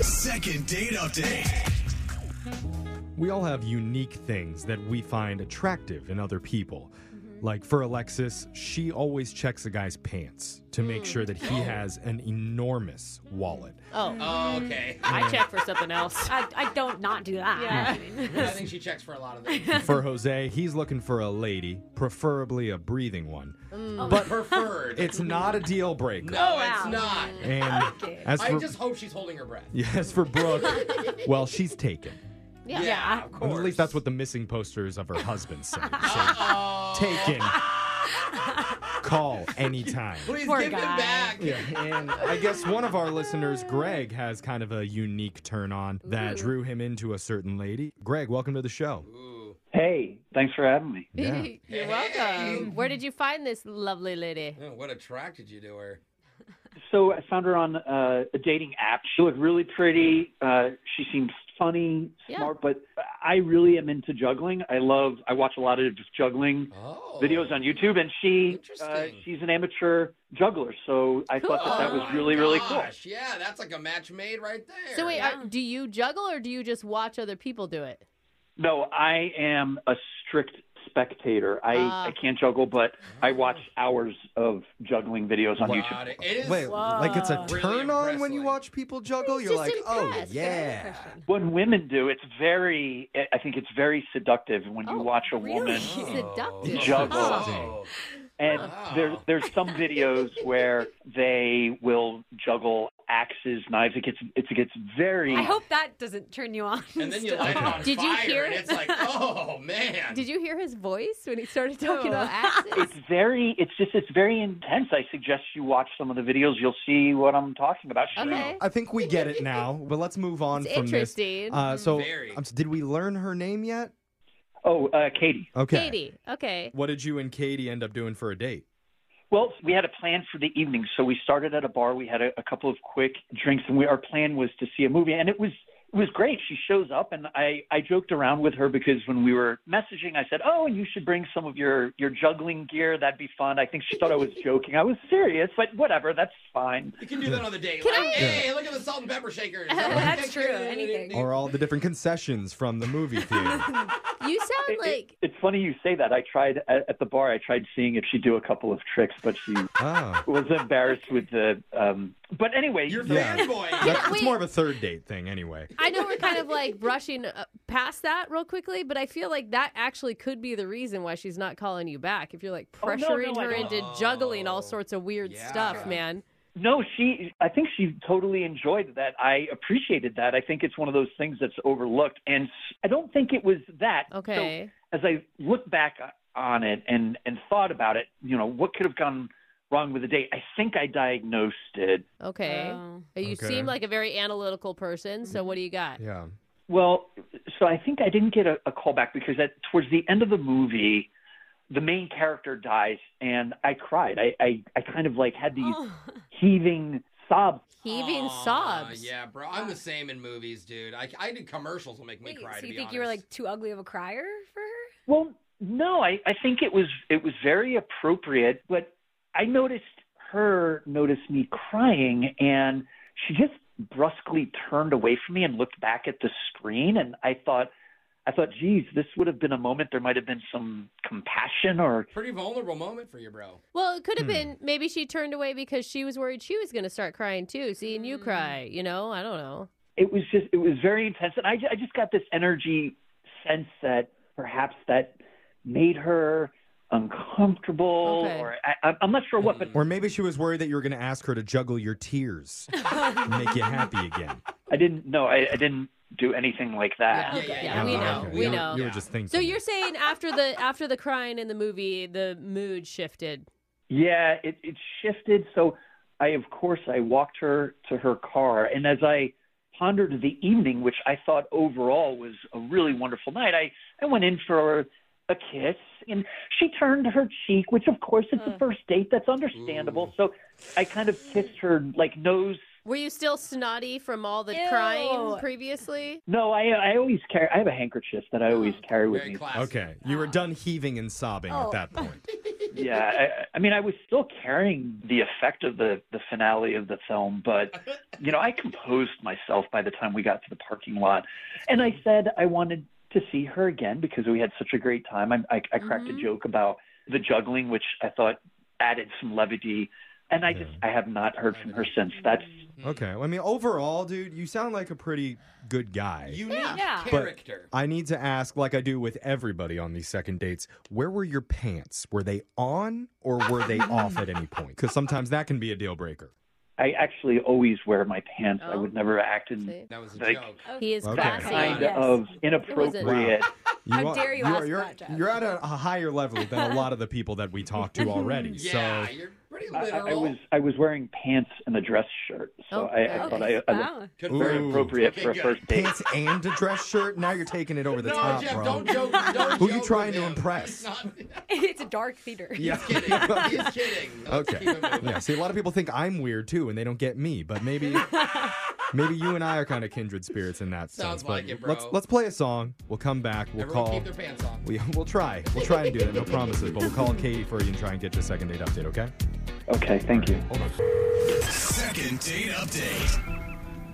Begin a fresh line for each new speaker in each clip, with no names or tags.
Second date update.
We all have unique things that we find attractive in other people.
Mm-hmm.
Like for Alexis, she always checks a guy's pants to make
Mm.
sure that he has an enormous wallet.
Oh,
Oh, okay.
I check for something else.
I, I don't not do that.
I think she checks for a lot of things.
For Jose, he's looking for a lady, preferably a breathing one.
But preferred.
It's not a deal breaker.
no,
wow.
it's not.
And
Okay.
as
I
for
just hope she's holding her breath.
yes, for Brooke, well, she's taken.
Yeah,
At
of course.
least that's what the missing posters of her husband say. So
Oh,
taken. Call anytime.
please
Poor
give
guy.
them back.
Yeah, and I guess one of our listeners, Greg, has kind of a unique turn on that drew him into a certain lady. Greg, welcome to the show.
Ooh.
Hey, thanks for having me.
Yeah.
You're welcome. Where did you find this lovely lady?
Oh, what attracted you to her?
So I found her on uh, a dating app. She looked really pretty. Uh, she seemed funny,
Yeah.
smart, but I really am into juggling. I love. I watch a lot of juggling
Oh.
videos on YouTube, and she uh,
Interesting.
she's an amateur juggler. So I thought that that
Cool.
was
Oh my
really really cool.
gosh, Yeah, that's like a match made right there.
So wait,
Yeah.
uh, do you juggle or do you just watch other people do it?
No, I am a strict spectator. I,
Ah.
I can't juggle, but I watch hours of juggling videos on YouTube.
Got it. It is.
Wait, like it's a
Really
turn on when you
impressive.
watch people juggle? You're
just
like, oh,
impressed.
yeah.
When women do, it's very. I think it's very seductive when you
Oh,
watch a
really?
woman
Oh.
Seductive.
Juggle.
Oh.
And
Wow.
there, there's some videos where they will juggle axes, knives. It gets it gets very.
I hope that doesn't turn you on.
And then you
still.
light it on
Did you
fire,
hear
and
it?
it's like, oh man.
Did you hear his voice when he started talking about axes?
it's very. It's just. It's very intense. I suggest you watch some of the videos. You'll see what I'm talking about. She's
Okay.
I think we get it now, but let's move on
It's
from
interesting. Mm-hmm.
this. Uh, so,
Very.
um, did we learn her name yet?
Oh, uh, Katie.
Okay.
Katie. Okay.
What did you and Katie end up doing for a date?
Well, we had a plan for the evening, so we started at a bar. We had a, a couple of quick drinks, and we, our plan was to see a movie, and it was it was great. She shows up, and I I joked around with her because when we were messaging, I said, "Oh, and you should bring some of your your juggling gear. That'd be fun." I think she thought I was joking. I was serious, but whatever, that's fine.
You can do that on the day.
Can
like,
I-
Hey, look at the salt and pepper shakers.
That's true, anything.
Or all the different concessions from the movie theater?
You sound
It-
like
it- it's funny you say that. I tried at, at the bar. I tried seeing if she'd do a couple of tricks, but she
oh.
was embarrassed with the. Um, but anyway,
You're
Yeah.
fanboy.
That's, that's
Wait.
more of a third date thing, anyway.
I know we're kind of like brushing uh, past that real quickly, but I feel like that actually could be the reason why she's not calling you back. If you're like
Oh, no, no,
pressuring
I
her
don't.
into juggling all sorts of weird
Yeah.
stuff, man.
No, she. I think she totally enjoyed that. I appreciated that. I think it's one of those things that's overlooked, and s- I don't think it was that.
Okay.
So as I look back on it and and thought about it, you know, what could have gone wrong with the date? I think I diagnosed it.
okay.
Oh.
you
Okay. Mm-hmm.
seem like a very analytical person, so what do you got?
Yeah.
Well, so I think I didn't get a, a call back because at towards the end of the movie, the main character dies, and I cried. I I, I kind of like had these heaving sobs.
Heaving
Aw,
sobs.
Yeah, bro. I'm the same in movies, dude. I, I do commercials will make me
Wait,
cry.
so
to
you
be
think you were
honest.
like too ugly of a crier for her?
Well, no, I, I think it was it was very appropriate, but I noticed her notice me crying and she just brusquely turned away from me and looked back at the screen and I thought I thought, geez, this would have been a moment there might have been some compassion or
pretty vulnerable moment for you, bro.
Well, it could have been maybe she turned away because she was worried she was going to start crying too, seeing
Hmm.
you cry, you know? I don't know.
it was just it was very intense and I, ju- I just got this energy sense that perhaps that made her uncomfortable
Okay.
or I, I'm- I'm not sure what, but
Or maybe she was worried that you were going to ask her to juggle your tears, and make you happy again.
I didn't know. I, I didn't do anything like that.
Yeah, yeah, we
Oh,
know,
okay.
we
You were-
know.
You were just thinking.
So you're saying after the after the crying in the movie, the mood shifted.
Yeah, it, it shifted. So I, of course, I walked her to her car, and as I pondered the evening, which I thought overall was a really wonderful night, I I went in for a kiss, and she turned her cheek, which of course it's a first date. That's understandable. So I kind of kissed her like nose.
Were you still snotty from all the
Ew.
crying previously?
No, I I always carry. I have a handkerchief that I always carry with
Very
me.
classic.
Okay, you were done heaving and sobbing at
Oh.
that point.
yeah, I, I mean, I was still carrying the effect of the the finale of the film, but you know, I composed myself by the time we got to the parking lot, and I said I wanted to see her again because we had such a great time. I I, I cracked
Mm-hmm.
a joke about the juggling, which I thought added some levity, and I just I have not heard from her
Mm-hmm.
since. That's
Okay. I mean, overall, dude, you sound like a pretty good guy.
Unique
Yeah.
But
character.
I need to ask, like I do with everybody on these second dates, where were your pants? Were they on or were they off at any point? Because sometimes that can be a deal breaker.
I actually always wear my pants. I
Oh.
would never act in
See?
that was a
Like-
joke.
He is
Okay.
classy.
kind
Yes.
of inappropriate.
You
How dare you ask
you're,
that, Jeff.
You're at a, a higher level than a lot of the people that we talk to already.
Yeah,
So
you're pretty
I,
literal.
I was I was wearing pants and a dress shirt, so
Oh,
I, I
okay.
thought I, I looked
wow.
Good
very
for-
Ooh.
appropriate for a
Okay, good.
first date.
pants and a dress shirt. Now you're taking it over the
no,
top,
Jeff,
bro.
don't joke. Don't
Who you
joke with
trying to
him.
impress?
He's not-
it's a dark theater.
yeah.
he's kidding. He's kidding. Let's
Okay.
keep it moving.
Yeah. See, a lot of people think I'm weird too, and they don't get me. But maybe, maybe you and I are kind of kindred spirits in that
Sounds
sense. But
like it, bro.
Let's let's play a song. We'll come back. We'll
Everyone
call.
keep their pants on.
we, we'll try. We'll try and do that. No promises, but we'll call Katie for you and try and get your second date update. Okay?
Okay, thank you.
Hold on.
Second date update.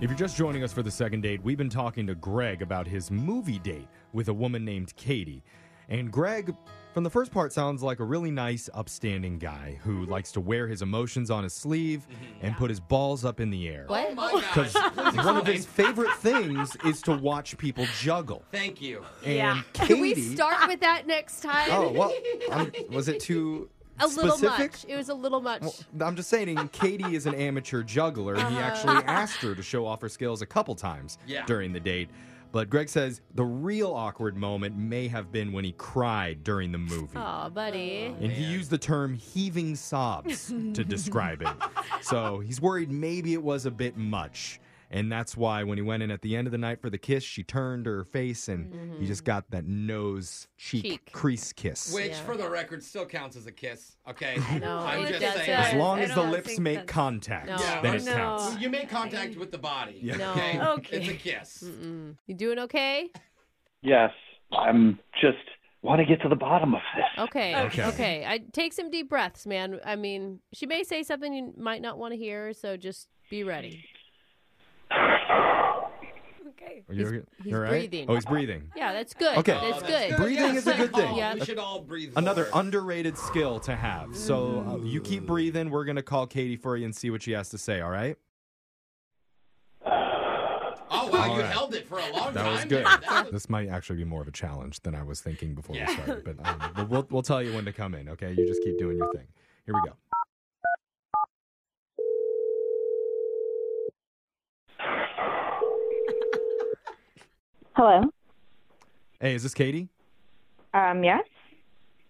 If you're just joining us for the second date, we've been talking to Greg about his movie date with a woman named Katie. And Greg, from the first part, sounds like a really nice, upstanding guy who likes to wear his emotions on his sleeve
Mm-hmm.
and put his balls up in the air.
Oh my
Because
gosh. Please
one of
explain.
his favorite things is to watch people juggle.
Thank you.
And
Yeah.
Katie.
Can we start with that next time?
Oh, well, I'm, was it too
a little
specific?
much. It was a little much.
I'm just saying, Katie is an amateur juggler.
Uh-huh.
and He actually asked her to show off her skills a couple times
Yeah.
during the date. But Greg says the real awkward moment may have been when he cried during the movie.
Oh,
Aw, buddy.
And he used the term heaving sobs to describe it. So he's worried maybe it was a bit much. And that's why when he went in at the end of the night for the kiss, she turned her face and
Mm-hmm.
he just got that nose cheek,
Cheek.
crease kiss.
Which,
Yeah.
for the record, still counts as a kiss. Okay.
No,
I'm
it
just
doesn't.
saying.
as long
I
as the
don't
lips
think
make
that's-
contact,
No.
then it
No.
counts.
Well, You make contact with the body.
Yeah.
Okay.
No.
Okay.
It's a kiss.
Mm. You doing okay?
Yes, I'm just want to get to the bottom of this.
Okay.
Okay.
Okay. I take some deep breaths, man. I mean, she may say something you might not want to hear, so just be ready.
Okay.
Are you,
He's-
okay?
he's
You all right?
breathing.
Oh, he's breathing.
Yeah, that's good.
Okay.
Oh,
That's good.
Breathing is a good thing.
Yeah.
Yeah.
Oh, We should all breathe.
Another
more.
underrated skill to have. So uh, you keep breathing. We're going to call Katie for you and see what she has to say, all right?
Oh wow,
All
you
right.
held it for a long
That
time.
was good.
there. That was-
this might actually be more of a challenge than I was thinking before we
Yeah.
started, but um, we'll- we'll, we'll tell you when to come in, okay? You just keep doing your thing. Here we go.
Hello.
Hey, is this Katie?
Um, yes.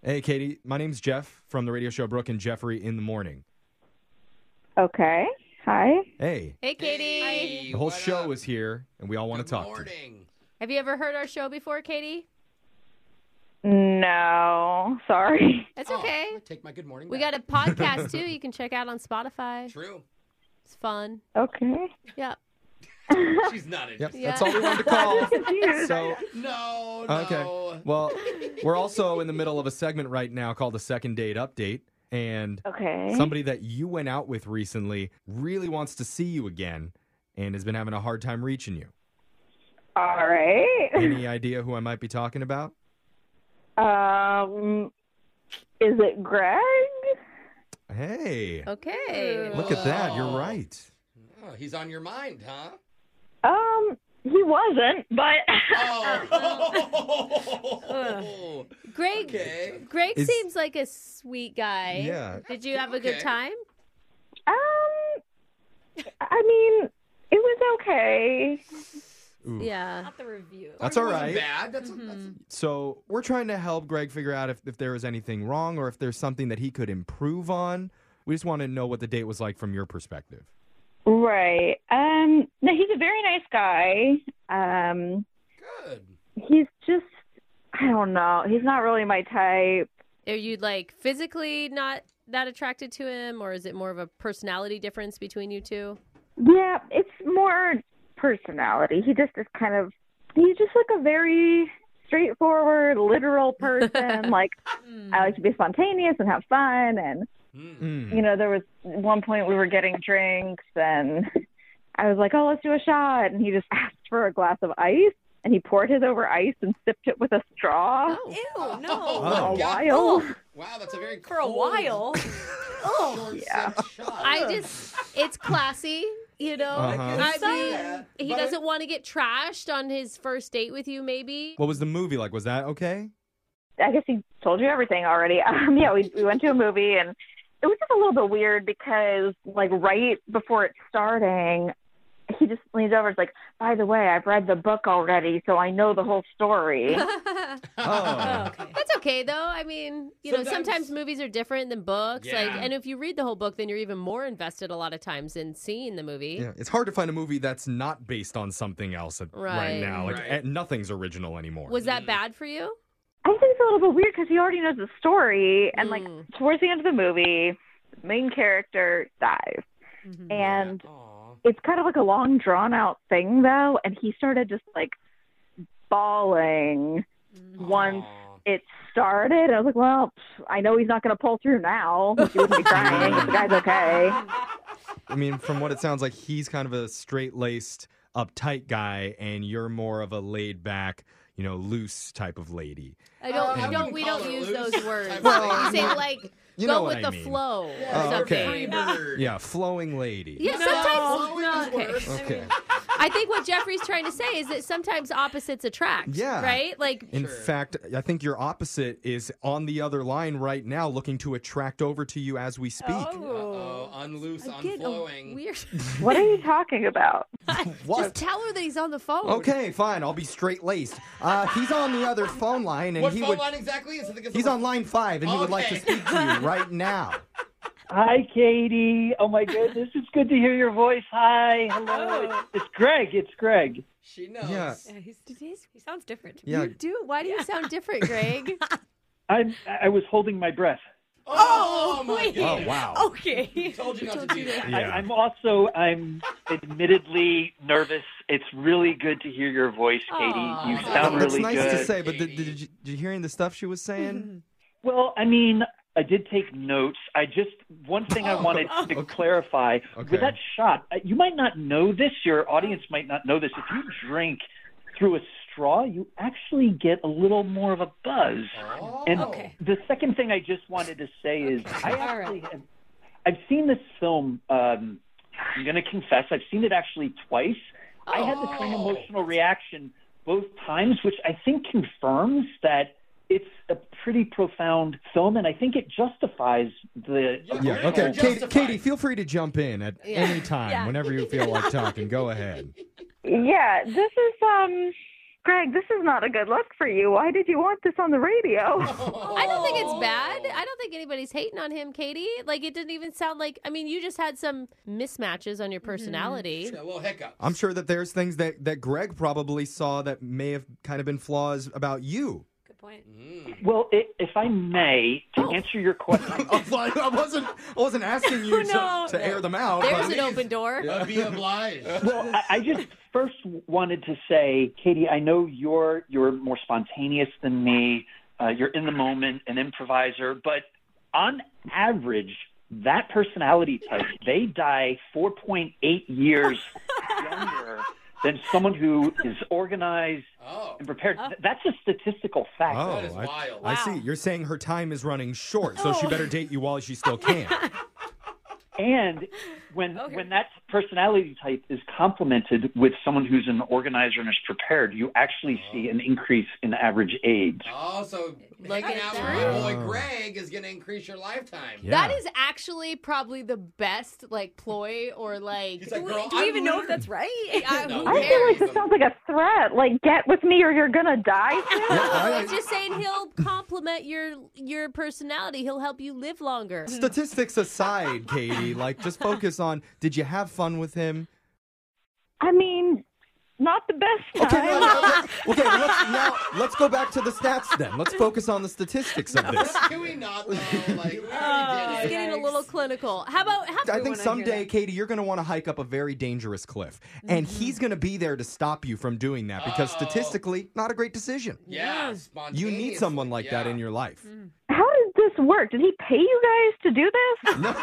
Hey, Katie. My name's Jeff from the radio show Brooke and Jeffrey in the Morning.
Okay. Hi.
Hey,
Hey, Katie.
Hey,
the whole
what
show
up?
is here, and we all want
Good
to talk to you.
morning.
Have you ever heard our show before, Katie?
No. Sorry.
That's
Oh,
okay.
I Take my good morning.
We got
back.
a podcast too. You can check out on Spotify.
True.
It's fun.
Okay.
Yep.
She's not
Yep,
interested.
that's all we wanted to call. so,
No, no.
Oh, okay. Well, we're also in the middle of a segment right now called the Second Date Update. And
Okay.
somebody that you went out with recently really wants to see you again and has been having a hard time reaching you.
All right.
Any idea who I might be talking about?
Um, is it Greg?
Hey,
Okay.
look at that. You're right.
Oh, he's on your mind, huh?
Um, he wasn't, but
Oh.
Greg.
okay.
Greg
Is-
seems like a sweet guy.
Yeah.
Did you have a good
Okay.
time?
um, I mean, it was okay.
Ooh.
Yeah.
Not the review.
Oh.
That's
It
all
wasn't
right.
Bad. That's, that's
Mm-hmm. So, we're trying to help Greg figure out if, if there was anything wrong or if there's something that he could improve on. We just want to know what the date was like from your perspective.
Right. Um, no, he's a very nice guy. Um,
good.
he's just, I don't know. He's not really my type.
Are you like physically not that attracted to him, or is it more of a personality difference between you two?
Yeah, it's more personality. He just is kind of he's just like a very straightforward, literal person. like
Hmm.
I like to be spontaneous and have fun and
Mm.
Mm.
you know, there was one point we were getting drinks and I was like, Oh, let's do a shot and he just asked for a glass of ice and he poured his over ice and sipped it with a straw.
Oh.
Ew,
Oh.
no.
For a
yeah. Oh.
while.
Wow, that's a very
For a
cold,
while. Oh,
short
Yeah.
sipped shot.
I just, it's classy, you know?
Uh-huh.
I
So-
mean,
Yeah,
he
but-
doesn't want to get trashed on his first date with you, maybe.
What was the movie like? Was that okay?
I guess he told you everything already. Um, yeah, we we went to a movie and it was just a little bit weird because like right before it's starting, he just leans over. It's like, by the way, I've read the book already, so I know the whole story.
That's
Oh,
Oh.
okay.
okay, though. I mean, you know,
Sometimes-
sometimes movies are different than books. Like,
Yeah.
and if you read the whole book, then you're even more invested a lot of times in seeing the movie.
Yeah, it's hard to find a movie that's not based on something else at, right.
Right.
now. Like
Right.
eh, nothing's original anymore.
Was that
Mm.
bad for you?
I think it's a little bit weird because he already knows the story, and like
Mm.
towards the end of the movie, the main character dies, and
Aw.
it's kind of like a long drawn out thing though, and he started just like bawling
Mm-hmm.
once
Aw.
it started, I was like, well, pff, I know he's not going to pull through now. She wouldn't be crying. the guy's okay.
I mean, from what it sounds like, he's kind of a straight laced, uptight guy, and you're more of a laid back, you know, loose type of lady.
I
Um,
don't.
Uh,
we
I
don't. We
wouldn't
don't
call it
use
loose.
those words.
Well,
you say like
You know
go
what
with
I
the
mean.
flow. or
Yeah, you're a
okay.
free
something.
bird.
Yeah, flowing lady.
Yeah,
No.
sometimes.
Flowing is
okay.
worse.
Okay.
I think what Jeffrey's trying to say is that sometimes opposites attract.
Yeah.
Right? Like
In
Sure.
fact, I think your opposite is on the other line right now, looking to attract over to you as we speak.
Oh,
Oh.
Uh-oh, unloose,
again, a
unflowing.
weird.
What are you talking about?
Just tell her that he's on the phone.
Oh.
Okay, fine. I'll be straight laced. Uh, he's on the other phone line, and
What
he
phone
would.
line exactly is? I think it's
He's
the-
on line five, and he would like to
Okay.
speak to you right now.
Hi, Katie. Oh my goodness, it's good to hear your voice. Hi, hello.
Oh.
It's, it's Greg. It's Greg.
She knows.
Yeah.
Yeah, he's, he sounds different.
Yeah.
You do. Why do you sound different, Greg?
I'm. I was holding my breath.
Oh, my
wait.
God.
Oh wow.
Okay.
Told you not to do that.
I,
Yeah.
I'm also. I'm admittedly nervous. It's really good to hear your voice, Katie.
Aw.
You
That's
sound
That's
really
nice
good.
to say, but did,
Katie.
did, you, did you hearing the stuff she was saying?
Well, I mean, I did take notes. I just one thing I wanted to clarify
Oh, Okay.
with that shot. uh, You might not know this. Your audience might not know this. If you drink through a straw, you actually get a little more of a buzz.
Oh.
And
Okay.
the second thing I just wanted to say is, I
All
actually have, I've seen this film. Um, I'm going to confess, I've seen it actually twice. I had the same
Oh.
emotional reaction both times, which I think confirms that it's a pretty profound film, and I think it justifies the.
Yeah,
Yeah.
You're
Okay. Katie,
justified.
Katie, feel free to jump in at
Yeah.
any time,
Yeah.
whenever you feel like talking. Go ahead.
Yeah, this is, um, Greg, this is not a good look for you. Why did you want this on the radio?
I don't think it's bad. I don't think anybody's hating on him, Katie. Like it didn't even sound like. I mean, you just had some mismatches on your personality.
Yeah, A little hiccup.
I'm sure that there's things that that Greg probably saw that may have kind of been flaws about you.
Good point.
Mm.
Well, i if I may, to answer your question,
I wasn't I wasn't asking you
No,
to, to
no.
air them out.
There's
but-
an open door.
I'd be obliged.
well, I, I just first wanted to say, Katie, I know you're you're more spontaneous than me. Uh, you're in the moment, an improviser, but on average, that personality type they die 4.8 years younger than someone who is organized
Oh.
and prepared. Th- That's a statistical fact.
Oh,
is
I,
wild.
I see. You're saying her time is running short, so she better date you while she still can.
And when
Okay.
when that personality type is complemented with someone who's an organizer and is prepared, you actually see an increase in average age.
Oh, so
Look
hanging
at
out
that.
with my boy
Wow.
Greg is going to increase your lifetime.
Yeah.
That is actually probably the best like ploy or like.
He's like,
Do we,
girl,
do we
I'm
even know if
literally-
that's right?
I-
No.
who
I feel like
cares?
this sounds like a threat. Like, get with me or you're going to die soon.
I-
it's just saying he'll compliment your your personality. He'll help you live longer.
Statistics aside, Katie, like just focus on did you have fun with him?
I mean, not the best
Okay,
time.
now, now, let's- okay now let's, now let's go back to the stats then. Let's focus on the statistics of this.
Can we not though? Like, we already
It's
Oh,
did it.
getting a little clinical. How about? How,
I think
hear
someday,
that.
Katie, you're going to want to hike up a very dangerous cliff, and he's going to be there to stop you from doing that because
Oh.
statistically, not a great decision.
Yeah,
You need someone like Mm. that in your life.
How does this work? Did he pay you guys to do this?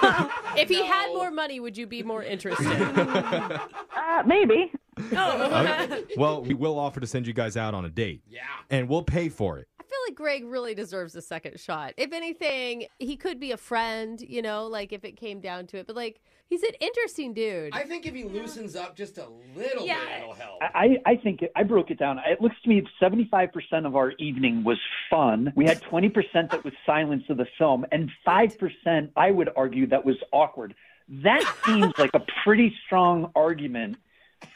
if he had
No.
more money, would you be more interested?
Uh, maybe.
Okay. well, we will offer to send you guys out on a date,
Yeah.
and we'll pay for it.
I feel like Greg really deserves a second shot. If anything, he could be a friend, you know, like if it came down to it. But like, he's an interesting dude.
I think if he loosens up just a little
Yeah.
bit, it'll help.
I, I think it, I broke it down. It looks to me 75% of our evening was fun. We had 20% that was silence of the film, and 5% I would argue that was awkward. That seems like a pretty strong argument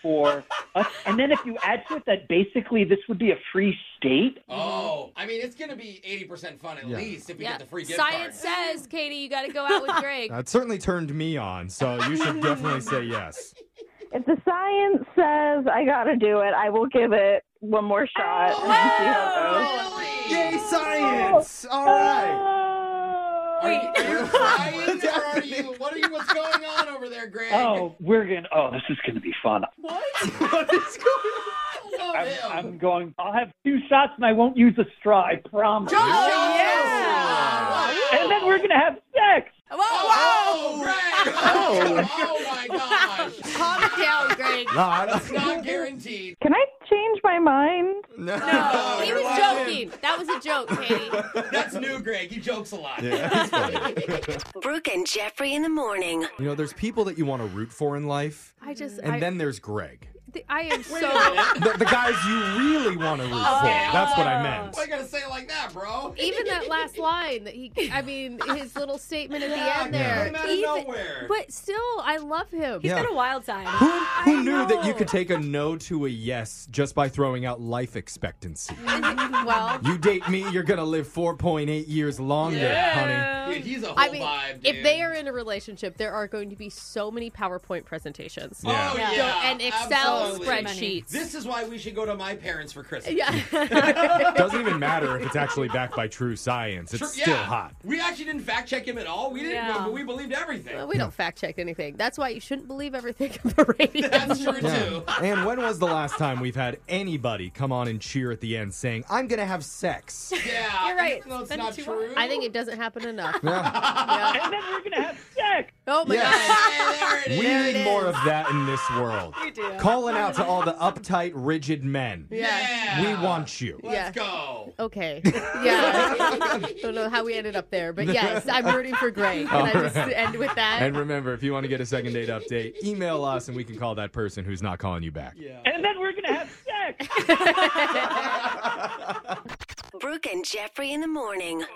for us. And then if you add to it that basically this would be a free state,
Oh, I mean, it's gonna be eighty percent fun at
Yeah.
least if we
yeah.
get the free gift
Science
card.
says, Katie, you got to go out with Greg.
That certainly turned me on, so you should definitely say yes.
If the science says I gotta do it, I will give it one more shot. and see how it goes.
Yay, science! All right.
Are you, are you crying or are you? What are you? What's going on over there, Greg?
oh, we're going to, oh, this is going to be fun.
What is going
I love
I'm,
him.
I'm going, I'll have two shots and I won't use a straw, I promise.
Oh,
And then we're going to have sex.
Whoa,
Oh, Greg! Oh, my gosh!
calm it down, Greg.
No, I don't-
It's not guaranteed.
Can I change my mind?
no.
No, he
you're
was
locked in.
joking. That was a joke, Katie.
That's new, Greg. He jokes a lot.
Brooke and Jeffrey in the morning.
You know, there's people that you want to root for in life,
I just,
and
I,
then there's Greg.
th- I am so.
The, the guys you really want to root for. That's what I meant.
Why you gotta say it like that, bro?
Even that last line that he, I mean, his little statement at
Yeah,
the end there.
Came out of
Even-
nowhere.
But still, I love him.
Yeah.
What a wild time.
Who, who knew that you
know.
could take a no to a yes just by throwing out life expectancy?
well,
You date me, you're going to live 4.8 years longer, honey.
Dude, he's a whole
Um, I mean,
vibe, dude.
if they are in a relationship, there are going to be so many PowerPoint presentations.
Oh,
Yeah.
yeah.
and Excel
absolutely.
spreadsheets.
This is why we should go to my parents for Christmas.
yeah.
Doesn't even matter if it's actually backed by true science. It's
Sure,
still
yeah.
hot.
We actually didn't fact check him at all. We didn't,
Yeah.
but we believed everything.
we don't fact check anything. That's why you shouldn't believe everything on the radio.
That's true
Yeah.
too.
And when was the last time we've had anybody come on and cheer at the end saying, I'm going to have sex?
Yeah,
You're right.
even though it's
Send it
not
to us.
true.
I think it doesn't happen enough.
Yeah.
And then we're going to have sex.
Oh my
Yeah.
god.
Hey, there it is.
We need more of that in this world.
We do.
Calling out to all the uptight, rigid men.
Yeah.
We want you.
Let's
Yeah.
go.
Okay. Yeah. Don't know how we ended up there, but yes, I'm rooting for Gray. Can I just end with that?
And remember, if you want to get a second date update, email us and we can call that person who's not calling you back.
And then we're going to have sex.
Brooke and Jeffrey in the morning.